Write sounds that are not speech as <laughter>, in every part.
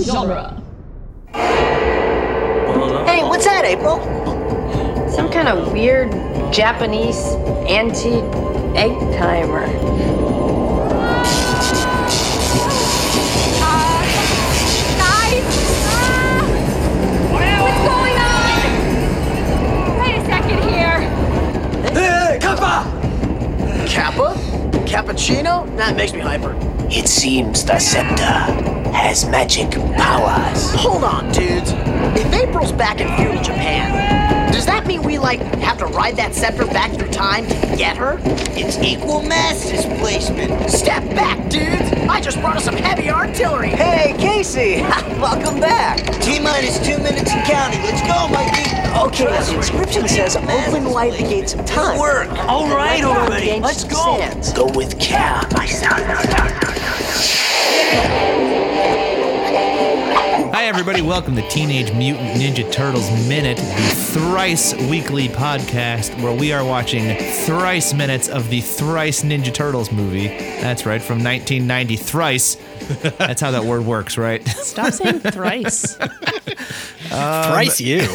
genre. Hey, what's that, April? Some kind of weird Japanese antique egg timer. Guys! What's going on? Wait a second here. Hey, Kappa! Kappa? Cappuccino? That makes me hyper. It seems the scepter has magic powers. Hold on, dudes. If April's back in feudal Japan, does that mean we, like, have to ride that scepter back through time to get her? It's equal mass displacement. Step back, dudes! I just brought us some heavy artillery! Hey, <laughs> Casey! Welcome back! T minus two minutes and counting. Let's go, Mikey. Oh, Okay, the inscription says open wide the gates of time. Work. All right already. Ancient Let's go. sands. Go with care, my son. Hi, everybody. Welcome to Teenage Mutant Ninja Turtles Minute, the thrice weekly podcast where we are watching thrice minutes of the thrice Ninja Turtles movie. That's right, from 1990, thrice. That's how that word works, right? <laughs> Stop <laughs> saying thrice. Price you.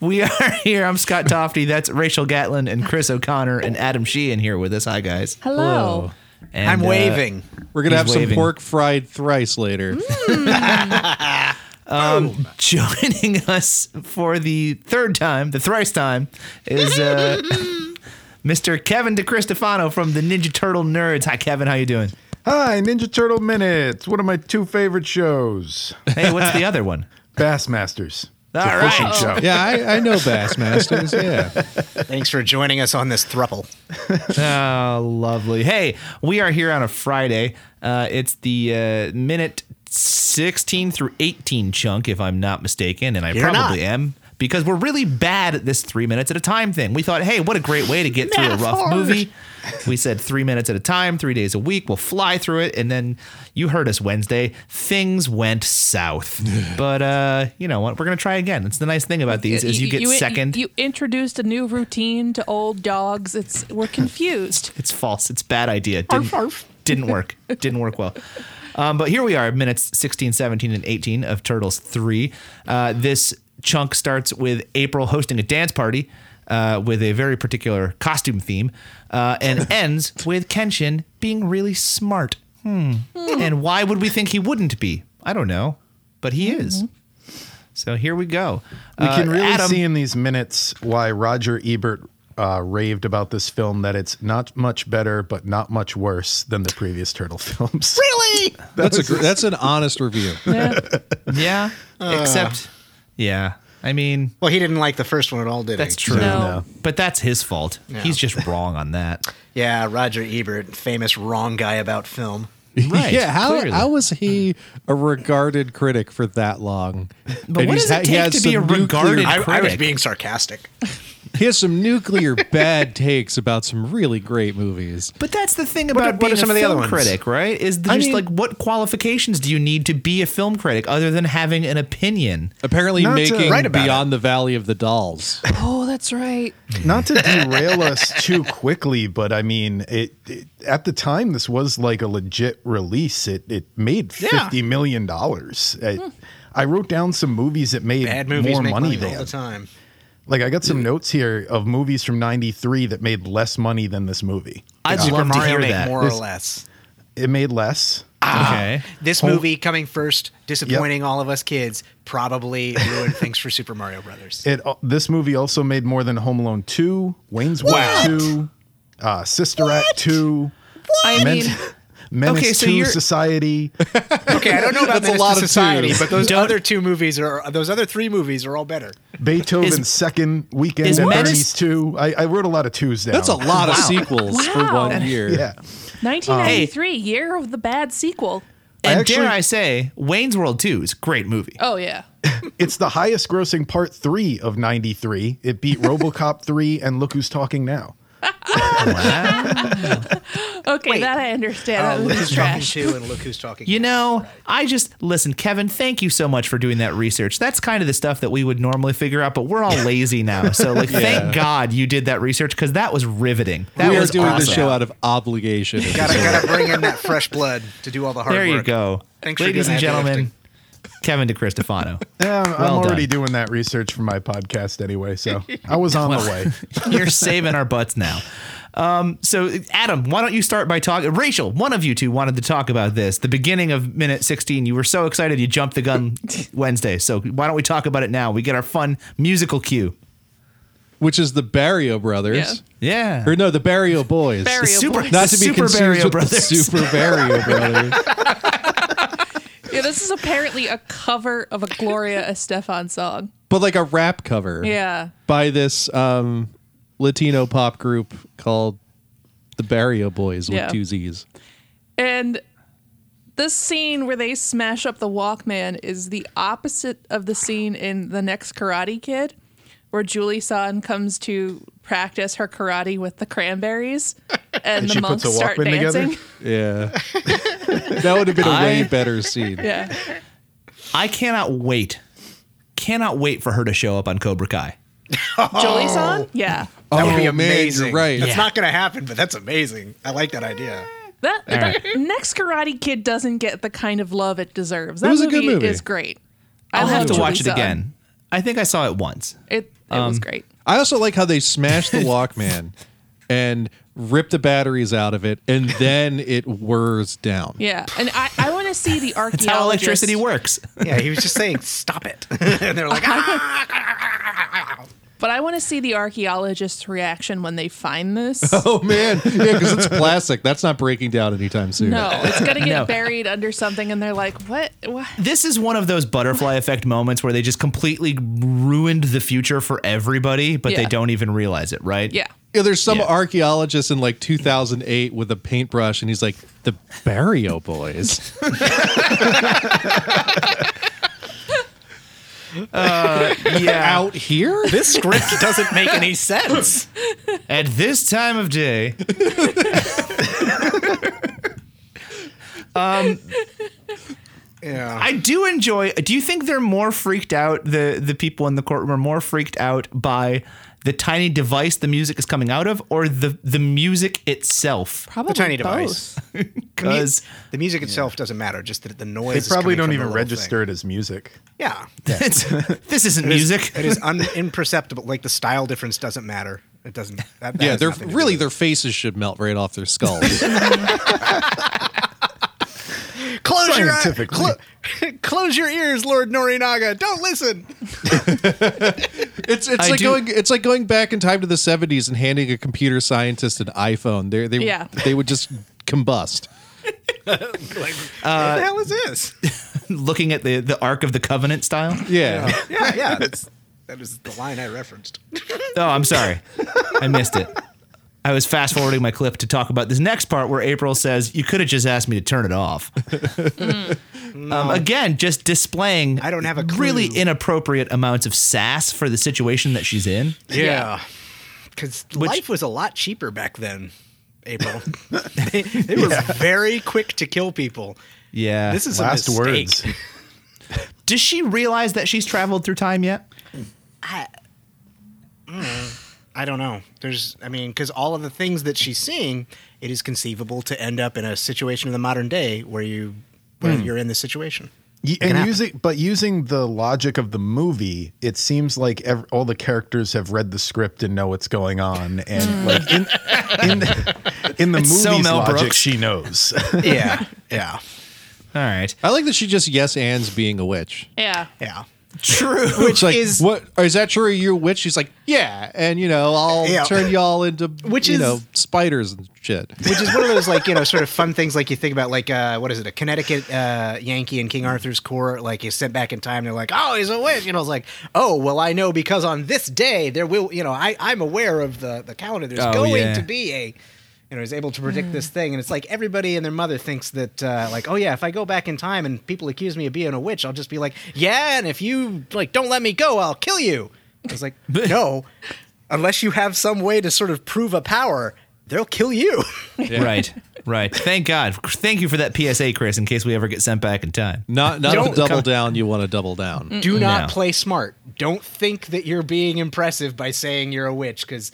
We are here. I'm Scott Tofty. That's Rachel Gatlin and Chris O'Connor and Adam Sheehan here with us. Hi, guys. Hello. And, I'm uh, waving. We're gonna He's have waving. some pork fried thrice later. joining <laughs> us for the third time, the thrice time, is uh, <laughs> Mr. Kevin DeCristofano from the Ninja Turtle Nerds. Hi, Kevin. How you doing? Hi, Ninja Turtle Minute. One of my two favorite <laughs> shows, Hey, what's the other <laughs> one? Bassmasters. All Fishing right. Oh. show. yeah, I, I know Bassmasters. Yeah, Thanks for joining us on this thruple. Oh, lovely. Hey, we are here on a Friday. Uh, it's the uh, minute 16 through 18 chunk, if I'm not mistaken, and I You're probably not. am. Because we're really bad at this three minutes at a time thing. We thought, hey, what a great way to get through a rough movie. We said three minutes at a time, three days a week. We'll fly through it. And then you heard us Wednesday. Things went <sighs> south. but uh, you know what? We're going to try again. It's the nice thing about these is you get second. You introduced a new routine to old dogs. It's we're <laughs> confused. It's false. It's a bad idea. Didn't, arf. <laughs> didn't work. didn't work well. Um, but here we are, minutes 16, 17, and 18 of Turtles 3. Uh, this chunk starts with April hosting a dance party uh, with a very particular costume theme uh, <laughs> and ends with Kenshin being really smart. Hmm. and why would we think he wouldn't be? I don't know, but he is. Mm-hmm. So here we go. We can Uh, really Adam- see in these minutes why Roger Ebert uh, raved about this film that it's not much better, but not much worse than the previous Turtle <laughs> films. Really? that's a gr- that's an honest review. <laughs> Yeah. Uh. Except, yeah. I mean, Well, he didn't like the first one at all, did that's he? true. No. But that's his fault. He's just wrong on that. Yeah, Roger Ebert, famous wrong guy about film. Right, yeah, how clearly. how was he a regarded critic for that long? But And what he's does it ha- he take has to be some a nuclear- regarded I, I was critic? being sarcastic. He has some nuclear bad takes about some really great movies. but that's the thing are- about what being are some a of the film other ones? critic, right? Is I just mean- like what qualifications do you need to be a film critic other than having an opinion? Apparently, Not to making write about Beyond the Valley of the Dolls. Oh, that's right. Not <laughs> to derail us too quickly, but I mean, it, it at the time this was like a legit release. It it made fifty million dollars. I, I wrote down some movies that made Hmm. Bad movies more make money, money, all than the time. like I got some notes here of movies from '93 that made less money than this movie. I'd Super love Mario to hear make that. more or This- less. It made less. Okay. This movie coming first, disappointing all of us kids, probably ruined things for Super Mario Brothers. It uh, this movie also made more than Home Alone two, Wayne's World two, uh, Sister Act two, I Men- um, mean, Menace Okay, so two, you're- <laughs> Society. <laughs> Okay, I don't know about That's a Menace lot to of Society, twos. but those Don't- other two movies are those other three movies are all better. Beethoven's Is- second weekend is at Menace- Bernie's two. I, I wrote a lot of twos down. That's a lot of sequels for Wow. one year. Yeah. 1993, year of the bad sequel. And actually- dare I say, Wayne's World 2 is a great movie. Oh yeah. It's the <laughs> highest grossing part three of 93. It beat Robocop 3 and Look Who's Talking Now. <laughs> Okay, that I understand. Oh, that look was who's talking trash. to and look who's talking. You know, I just listen, Kevin. Thank you so much for doing that research. That's kind of the stuff that we would normally figure out, but we're all lazy now. So, like, Yeah. thank God you did that research because that was riveting. That we was are doing awesome. this show out of obligation. Gotta <laughs> gotta bring in that fresh blood to do all the hard There work. you go, Thanks for ladies and doing that gentlemen. Kevin <laughs> DeCristofano. Yeah, I'm, Well I'm already done. doing that research for my podcast anyway, <laughs> so I was on the way. You're saving our butts now. Um, so, Adam, why don't you start by talking? Rachel, one of you two wanted to talk about this. The beginning of minute 16, you were so excited you jumped the <laughs> gun Wednesday. So, why don't we talk about it now? We get our fun musical cue. Which is the Barrio Brothers. Yeah. Or no, the Barrio Boys. Barrio The Super- Boys. Not the to be Super confused Barrio with Brothers. the <laughs> Super Barrio Brothers. Yeah, this is apparently a cover of a Gloria Estefan song. but like a rap cover. Yeah. By this um, Latino pop group called the Barrio Boys with Yeah. two Z's. And this scene where they smash up the Walkman is the opposite of the scene in The Next Karate Kid, where Julie San comes to practice her karate with the <laughs> cranberries and, the monks start dancing. Yeah. <laughs> that would have been a way I- better scene. <laughs> Yeah. I cannot wait. Cannot wait for her to show up on Cobra Kai. Julie San? Yeah. That Oh, would be man, you're amazing. right. That's Yeah. not going to happen, but that's amazing. I like that idea. That, All that next Karate Kid doesn't get the kind of love it deserves. That was a movie, good movie. is great. I I'll love have to Julie watch it Sun. again. I think I saw it once. It it was Um, great. I also like how they smashed the Walkman and ripped the batteries out of it, and then it whirs down. Yeah, and I, I want to see <laughs> the archaeologist. works. Yeah, he was just saying, stop it. <laughs> and they're like, "Ah." <laughs> But I want to see the archaeologist's reaction when they find this. Oh man, yeah, because it's plastic. That's not breaking down anytime soon. No, it's gonna get No. buried under something, and they're like, "What? What?" This is one of those butterfly effect moments where they just completely ruined the future for everybody, but they Yeah. don't even realize it, right? Yeah. Yeah, there's some Yeah. archaeologist in like 2008 with a paintbrush, and he's like, "The Barrio <laughs> Boys." Uh, yeah. <laughs> out here. this <laughs> script doesn't make any sense. At this time of day. um, Yeah. I do enjoy. Do you think they're more freaked out? The the people in the courtroom are more freaked out by the tiny device the music is coming out of, or the the music itself? Probably tiny both. device. Because The music itself doesn't matter, just that the noise. They is probably coming don't from the even little register thing. it as music. Yeah. <laughs> this isn't It is- music. <laughs> It is <laughs> un- imperceptible. Like the style difference doesn't matter. It doesn't. That, that Yeah, has they're nothing to do really with it. their faces should melt right off their <laughs> skulls. close your eyes. Scientifically. clo- <laughs> close your ears, Lord Norinaga. Don't listen. It's it's I like do- going it's like going back in time to the 70s and handing a computer scientist an iPhone. They they Yeah. they would just combust. Like, Uh, what the hell <laughs> is this? looking at the the Ark of the Covenant style. Yeah. yeah, yeah. That's, that is the line I referenced. Oh, I'm sorry, I missed it. I was fast forwarding my clip to talk about this next part where April says, "You could have just asked me to turn it <laughs> off." um, again, just displaying Mm. I don't have a clue. really inappropriate amounts of sass for the situation that she's <laughs> in. Yeah. Because Which- life was a lot cheaper back then, <laughs> April. they, they were very quick to kill people. Yeah. This is Last a <laughs> mistake. words. Does she realize that she's traveled through time yet? I don't know. There's, I mean, because all of the things that she's seeing, it is conceivable to end up in a situation in the modern day where you, where you're in this situation. Y- and using, but using the logic of the movie, it seems like ev- all the characters have read the script and know what's going on. And like in in <laughs> the, in the movie's It's so Mel logic, Brooks. she knows. <laughs> Yeah, <laughs> yeah, All <laughs> right. <laughs> I like that she just yes ands being a witch. Yeah. yeah. True. Which like is- what is that true? You're a witch? She's like, yeah, and you know, I'll Yeah. turn y'all into Which you is- know spiders and shit. Which is one of those like you know sort of fun things like you think about like uh, what is it a Connecticut uh, Yankee and King Arthur's court like is sent back in time. They're like, oh, he's a witch. You know, it's like, oh, well, I know because on this day there will you know I I'm aware of the the calendar. There's Oh, going yeah. to be a you know is able to predict this thing, and it's like everybody and their mother thinks that uh, like oh yeah, if I go back in time and people accuse me of being a witch, I'll <laughs> just be like yeah, and if you like don't let me go, I'll kill you. It's like no. unless you have some way to sort of prove a power, they'll kill you. Right, right. Thank God. Thank you for that PSA, Chris. In case we ever get sent back in time. Not not to double down. You want to double Mm. down. Do not No. play smart. Don't think that you're being impressive by saying you're a witch because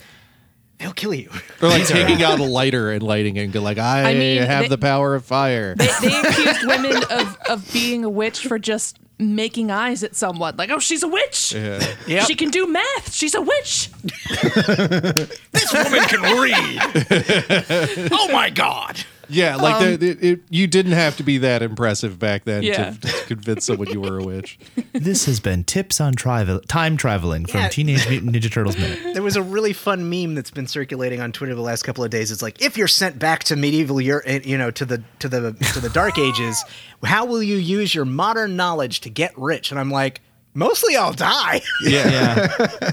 they'll kill you. <laughs> Or like taking out a lighter and lighting it and go like, I, I mean, have they- the power of fire. They accused women of, of being a witch for just making eyes at someone. Like, oh, she's a witch. Yeah. She can do math. She's a witch. this woman can read. oh my god. Yeah, like Um, the, the, it, you didn't have to be that impressive back then Yeah. to, to convince someone you were <laughs> a witch. This has been tips on travel time traveling from Yeah. Teenage Mutant Ninja Turtles minute. <laughs> There was a really fun meme that's been circulating on Twitter the last couple of days. It's like if you're sent back to medieval Europe, you know, to the to the to the Dark Ages, how will you use your modern knowledge to get rich? And I'm like, mostly I'll die. <laughs> Yeah,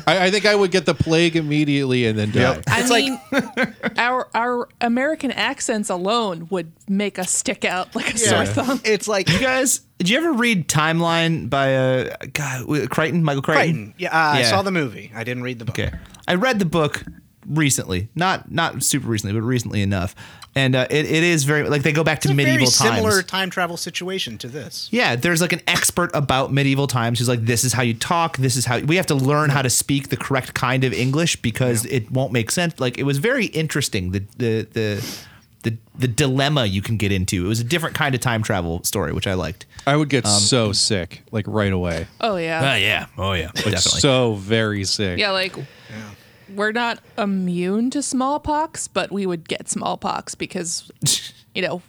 I, I think I would get the plague immediately and then die. I mean, our our American accents alone would make us stick out like a sore thumb. It's like you guys. Did you ever read Timeline by uh, God Crichton Michael Crichton? Crichton. Yeah, uh, I saw the movie. I didn't read the book. Okay, I read the book recently, not not super recently, but recently enough, and uh, it, it is very like they go back to medieval Very similar times. time travel situation to this. Yeah, there's like an expert about medieval times who's like, this is how you talk. This is how we have to learn how to speak the correct kind of English because it won't make sense. Like it was very interesting the the the the, the dilemma you can get into. It was a different kind of time travel story, which I liked. I would get Um, so sick, like right away. Oh yeah. yeah. Oh yeah. Like so very sick. Yeah, like we're not immune to smallpox, but we would get smallpox because you know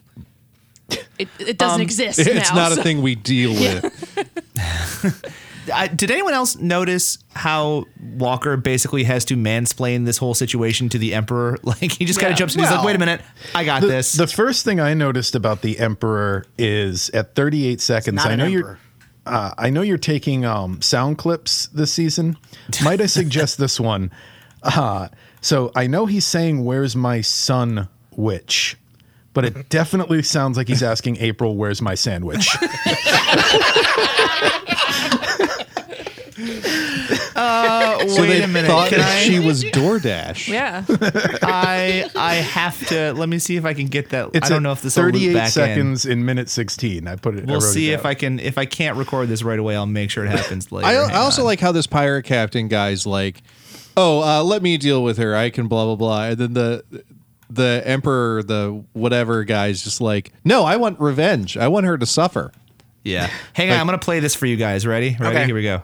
it, it doesn't Um, exist. It's now, not so- a thing we deal Yeah. with. I, did anyone else notice how Walker basically has to mansplain this whole situation to the Emperor? <laughs> Like he just kind Yeah. of jumps in. he's like, Well, "Wait a minute, I got the, this." The first thing I noticed about the emperor is at 38 seconds. not I an know emperor. you're. Uh, I know you're taking um, sound clips this season. Might I suggest this one? Uh, so I know he's saying, "Where's my son, witch?" But it definitely sounds like he's asking April, "Where's <laughs> my sandwich?" Uh, so wait they a minute. thought Can that I- she was DoorDash. <laughs> Yeah. <laughs> I I have to let me see if I can get that. I don't at know if this will loop 38 back in. seconds in. minute 16. I put it. I We'll wrote it see down. if I can if I can't record this right away. I'll make <laughs> sure it happens later. I, Hang I also on. like how this pirate captain guy's like, oh, uh, let me deal with her. I can blah blah blah. And then the the emperor, the whatever guy's just like, no, I want revenge. I want her to suffer. yeah. Hang on, I'm gonna play this for you guys. Ready? Ready? Okay. Here we go.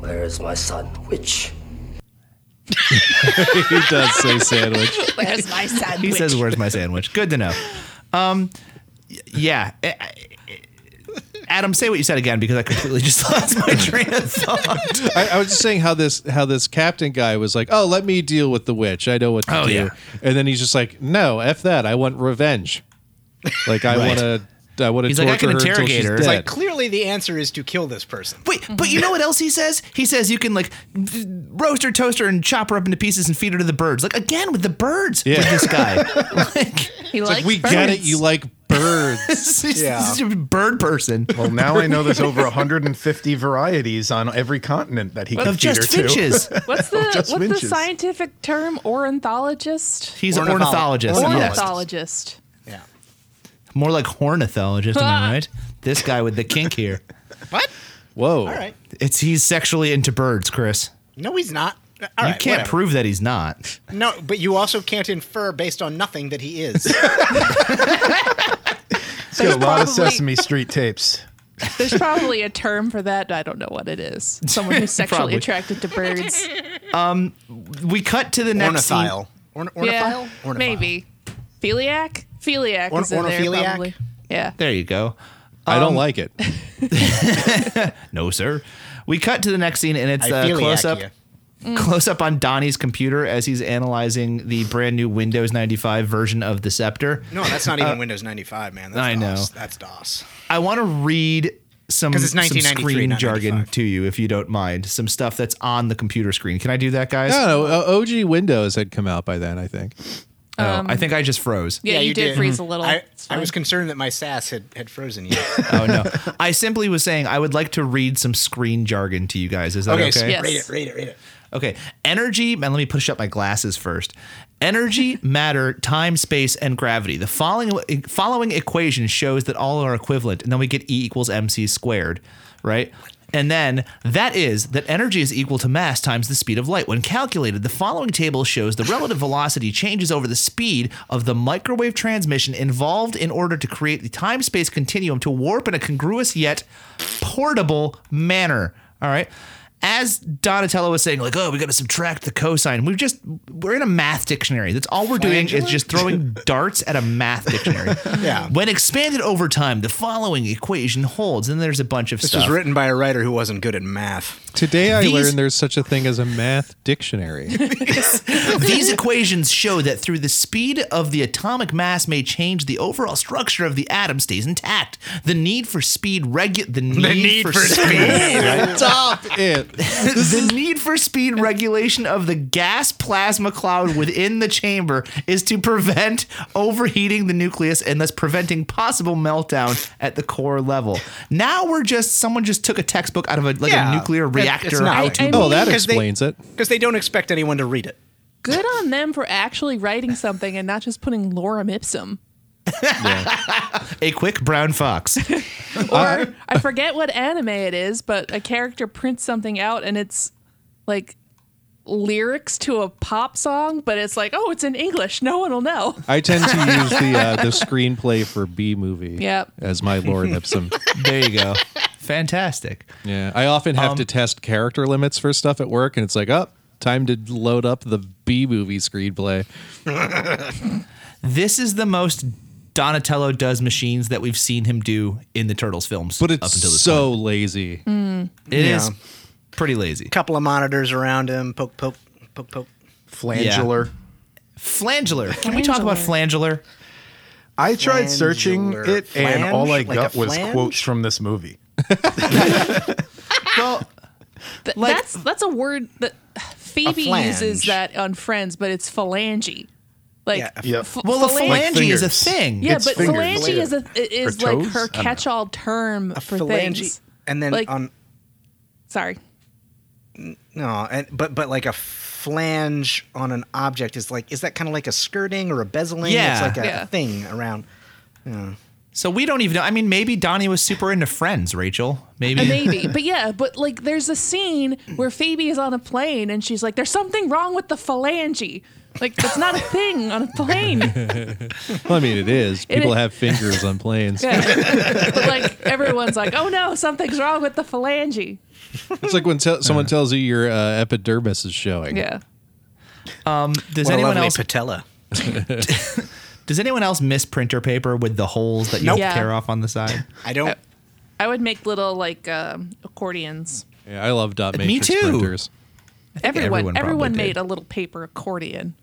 Where is my son, witch? <laughs> he does say sandwich. Where's my sandwich? He says, "Where's my sandwich?" Good to know. Um, y- yeah. I- I- Adam, say what you said again because I completely <laughs> just lost my train of thought. I, I was just saying how this how this captain guy was like, oh, let me deal with the witch. I know what to Oh, do. yeah. And then he's just like, no, f that. I want revenge. Like <laughs> I Right. want to. I want to He's torture like, I can her until interrogate she's her. dead. It's Like clearly the answer is to kill this person. Wait, but you know what else he says? He says you can like roast her, toast her, and chop her up into pieces and feed her to the birds. Like again with the birds Yeah. with this <laughs> guy. He likes It's like we birds. get it. You like birds. He's Yeah. a stupid bird person. Well, now I know there's over 150 varieties on every continent that he can Of feed just her finches. to. What's the Just what's the winches. scientific term? Ornithologist. He's an ornithologist. yes. Ornithologist. More like hornithologist, am <laughs> I right? This guy with the kink here. What? Whoa. All right. It's he's sexually into birds, Chris. No, he's not. All you right, can't whatever. prove that he's not. No, but you also can't infer based on nothing that he <laughs> is. He's got a lot of probably- Sesame Street tapes. There's probably a term for that. I don't know what it is. Someone who's sexually Probably. attracted to <laughs> birds. Um we cut to the next scene. Ornithile. Orn- ornithile? Yeah, maybe. Philiac? Philiac Or- is in there ornithophiliac? probably. Yeah. There you go. I don't Um, like it. No, sir. We cut to the next scene, and it's I uh, feel close ya. up. Close up on Donnie's computer as he's analyzing the brand new Windows 95 version of the Scepter. No, that's not even Uh, Windows 95, man. That's I know. DOS. That's DOS. I want to read some, 'Cause it's some 1993, screen not jargon to you, if you don't mind. Some stuff that's on the computer screen. Can I do that, guys? No, no, uh, OG Windows had come out by then, I think. Oh, I think I just froze. Yeah, you, did, Mm-hmm. freeze a little. I, It's I was fine. concerned that my sass had, had frozen you. <laughs> oh no! I simply was saying I would like to read some screen jargon to you guys. Is that okay, okay? so Yes. read it, read it, read it. Okay. Energy, man, let me push up my glasses first. Energy, matter, time, space, and gravity. The following following equation shows that all are equivalent, and then we get E equals mc squared, right? And then that is that energy is equal to mass times the speed of light. When calculated, the following table shows the relative velocity changes over the speed of the microwave transmission involved in order to create the time space continuum to warp in a congruous yet portable manner. All right. As Donatello was saying, like, oh, we got to subtract the cosine. We've just, we're in a math dictionary. That's all we're doing is just throwing <laughs> darts at a math dictionary. Yeah. When expanded over time, the following equation holds. And there's a bunch of This stuff. was written by a writer who wasn't good at math. Today I These- learned there's such a thing as a math dictionary. These equations show that through the speed of the atomic mass may change, the overall structure of the atom stays intact. The need for speed regu- the need, need for, for speed. speed. Right? Stop it. <laughs> the need for speed regulation of the gas plasma cloud within the chamber is to prevent overheating the nucleus and thus preventing possible meltdown at the core level. Now we're just someone just took a textbook out of a like a nuclear reactor. how to- Oh, it. Because they don't expect anyone to read it. Good on them for actually writing something and not just putting lorem ipsum. a quick brown fox. Or I forget what anime it is, but a character prints something out and it's like lyrics to a pop song, but it's like, oh, it's in English. No one will know. I tend to use the uh, the screenplay for B movie Yep. as my lore ipsum. there you go. Fantastic. Yeah, I often have to test character limits for stuff at work, and it's like, oh, time to load up the B movie screenplay. this is the most Donatello does machines that we've seen him do in the Turtles films. But it's so lazy. Mm. It is Yeah. pretty lazy. Couple of monitors around him. Poke, poke, poke, poke. Flangular. Flangular. Can we talk about flangular? I tried searching Flangular. it, and all I Flange? Like got a was flange? quotes from this movie. well, Th- Like- that's that's a word that Phoebe flange. uses that on Friends, but it's phalange. Like Yeah. Yeah. ph- Well, a phalange is a fingers. thing. Yeah, It's but fingers. phalange is a is Or like toes? I her don't know. catch-all term for phalange- things. and then like, on- sorry, No, and but but like a flange on an object is like is that kind of like a skirting or a bezeling? Yeah. it's like a Yeah. thing around. Yeah. So we don't even know. I mean, maybe Donnie was super into Friends, Rachel. Maybe. Uh, maybe, but yeah, but like there's a scene where Phoebe is on a plane and she's like, "There's something wrong with the phalange." Like that's not a thing on a plane. <laughs> well, I mean, it is. It People is- have fingers on <laughs> planes. Yeah. but like everyone's like, "Oh no, something's wrong with the phalange." It's like when te- someone tells you your uh, epidermis is showing. Yeah. Um, does What a anyone lovely else patella? does anyone else miss printer paper with the holes that you Nope. have Yeah. to tear off on the side? I don't. I would make little like um, accordions. Yeah, I love dot Me matrix too. printers. think Everyone, everyone everyone, probably did. made a little paper accordion.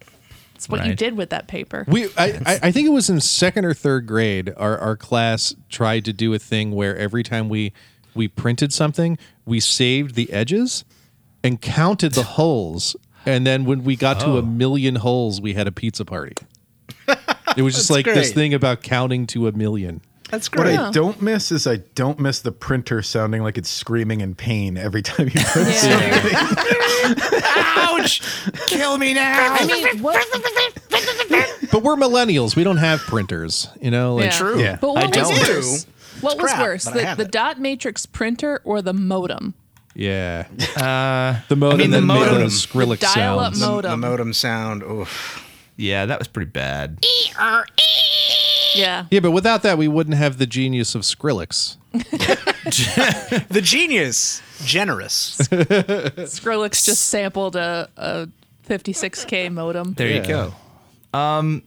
It's what you Right. did with that paper. We, I, I, I think it was in second or third grade. Our, our class tried to do a thing where every time we we printed something, we saved the edges and counted the holes, and then when we got to Oh. a million holes, we had a pizza party. It was just That's like this great. thing about counting to a million. That's What great. I don't miss is I don't miss the printer sounding like it's screaming in pain every time you print something. Ouch! Kill me now. I mean, what, <laughs> But we're millennials; we don't have printers, you know. Like, Yeah. But what was worse? What It's was crap, worse, but I the, have the dot matrix printer or the modem? Yeah. Uh, the modem I mean, the that made modem. those Skrillex The dial-up sounds. The, modem. modem sound. Oof. Yeah, that was pretty bad. Yeah. Yeah, but without that, we wouldn't have the genius of Skrillex. the genius, generous. Skrillex just sampled a, a 56k modem. There you go. Um,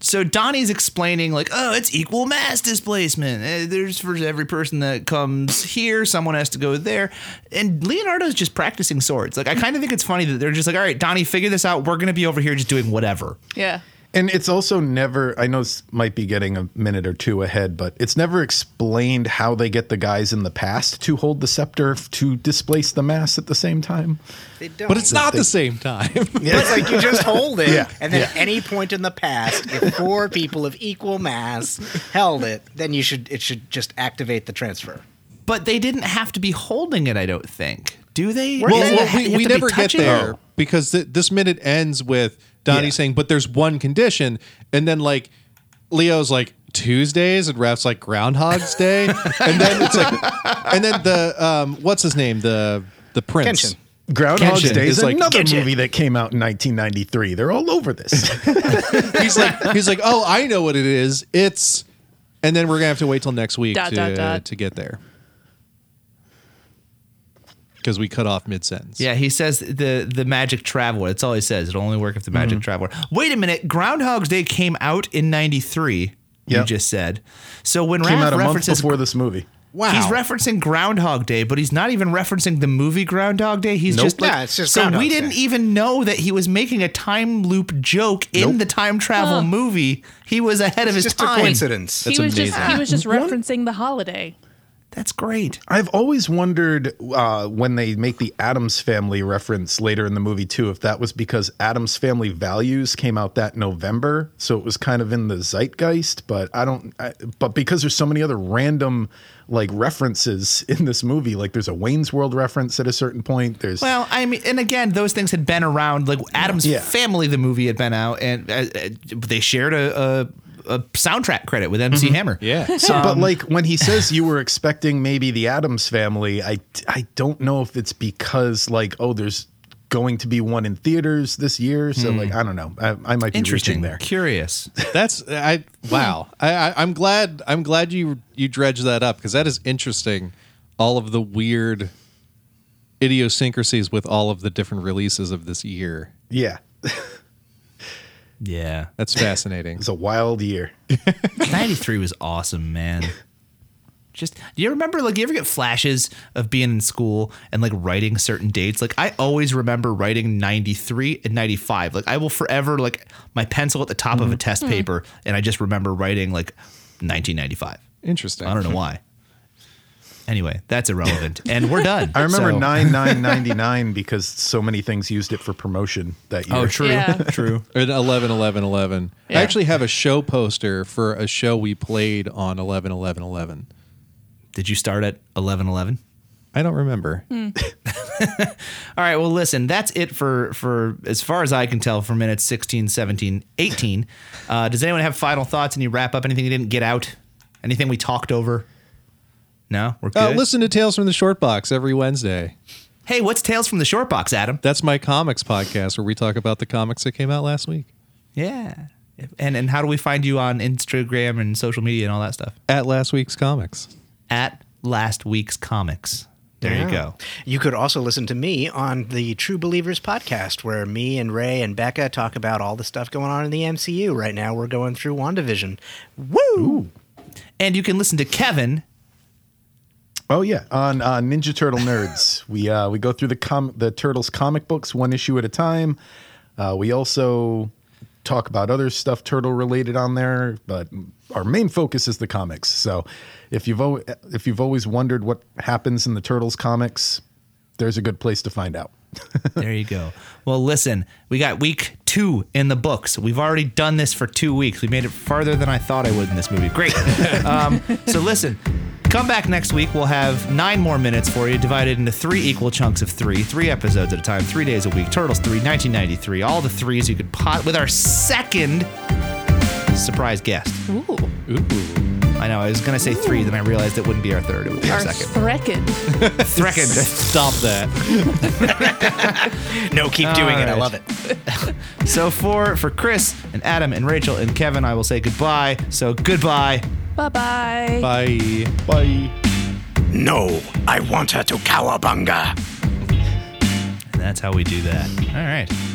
so Donnie's explaining like, oh, it's equal mass displacement. Eh, There's for every person that comes here, someone has to go there. And Leonardo's just practicing swords. Like, I kind of think it's funny that they're just like, all right, Donnie, figure this out. We're gonna be over here just doing whatever. Yeah. And it's also never, I know this might be getting a minute or two ahead, but it's never explained how they get the guys in the past to hold the scepter f- to displace the mass at the same time. They don't. But it's not the <laughs> same time. Yeah, it's like you <laughs> just hold it, Yeah, and then at yeah. any point in the past, if four people of equal mass held it, then you should it should just activate the transfer. But they didn't have to be holding it, I don't think. Do they? Well, Is it- well, you we, have we to be never get touching? Oh. there because th- this minute ends with Donnie saying, "But there's one condition," and then like Leo's like Tuesdays, and Raph's like <laughs> Groundhog's Day, and then it's like, and then the um, what's his name, the the prince. Kenshin. Groundhog's Kenshin Day is, like- another movie that came out in 1993. They're all over this. <laughs> he's like he's like oh i know what it is it's and then we're gonna have to wait till next week Dot, to, dot, dot. to get there because we cut off mid-sentence Yeah, he says the the magic traveler. That's all he says. It'll only work if the Mm-hmm. magic traveler. Wait a minute. Groundhog's Day came out in '93. You Yep. just said. So when came Raph out a month references before this movie. He's referencing Groundhog Day, but he's not even referencing the movie Groundhog Day. He's Nope. just like, Yeah, it's just so we Groundhog's didn't Day. even know that he was making a time loop joke in Nope. the time travel Huh. movie. He was ahead of his just a time. coincidence. he was just he was just One- referencing the holiday. That's great. I've always wondered uh, when they make the Adams Family reference later in the movie too, if that was because Adams Family Values came out that November, so it was kind of in the zeitgeist. But I don't. I, but because there's so many other random like references <laughs> in this movie, like there's a Wayne's World reference at a certain point. There's Well, I mean, and again, those things had been around. Like Adam's Yeah. Family, the movie had been out, and uh, uh, they shared a, a, a soundtrack credit with MC Hammer. um, Yeah. So, but like when he says you were expecting maybe the Adams family, I I don't know if it's because like oh there's going to be one in theaters this year, so like I don't know. I, I might Hmm. be Interesting. reaching there. Curious. that's i wow I, I i'm glad i'm glad you you dredged that up because that is interesting all of the weird idiosyncrasies with all of the different releases of this year Yeah, Yeah. that's fascinating <laughs> it's a wild year. 93 was awesome, man. Just do you remember like you ever get flashes of being in school and like writing certain dates? Like I always remember writing 93 and 95. Like I will forever like my pencil at the top of a test paper and I just remember writing like 1995. interesting I don't know why. Anyway, that's irrelevant. and we're done. I remember So- nine nine ninety nine because so many things used it for promotion that year. Oh, true. Yeah. <laughs> True. At 11 11 11. Yeah. I actually have a show poster for a show we played on 11 11 11. Did you start at 1111? I don't remember. All right, well listen, that's it for for as far as I can tell for minutes 16, 17, 18. Uh, does anyone have final thoughts any wrap up anything you didn't get out? Anything we talked over? No, we're Uh, Oh, good. listen to Tales from the Short Box every Wednesday. Hey, what's Tales from the Short Box, Adam? That's my comics podcast where we talk about the comics that came out last week. Yeah. And and how do we find you on Instagram and social media and all that stuff? At last week's comics. At last week's comics. There you go. You could also listen to me on the True Believers podcast, where me and Ray and Becca talk about all the stuff going on in the MCU. Right now, we're going through WandaVision. Woo! And you can listen to Kevin Oh yeah, on uh, Ninja Turtle Nerds, we uh, we go through the com- the turtles comic books one issue at a time. Uh, we also talk about other stuff turtle related on there, but our main focus is the comics. So if you've o- if you've always wondered what happens in the turtles comics, there's a good place to find out. There you go. Well, listen, we got week two in the books. We've already done this for two weeks. We made it farther than I thought I would in this movie. Great. um, so, listen, come back next week. We'll have nine more minutes for you, divided into three equal chunks of three, three episodes at a time, three days a week. Turtles 3, 1993, all the threes you could pot with our second surprise guest. Ooh, Ooh. I know, I was going to say three, then I realized it wouldn't be our third, it would be our our second. Threakin. Second. Stop that. No, keep doing it. I right. love it. So for for Chris and Adam and Rachel and Kevin, I will say goodbye. So goodbye. Bye bye. Bye. Bye. No, I want her to cowabunga. And that's how we do that. All right.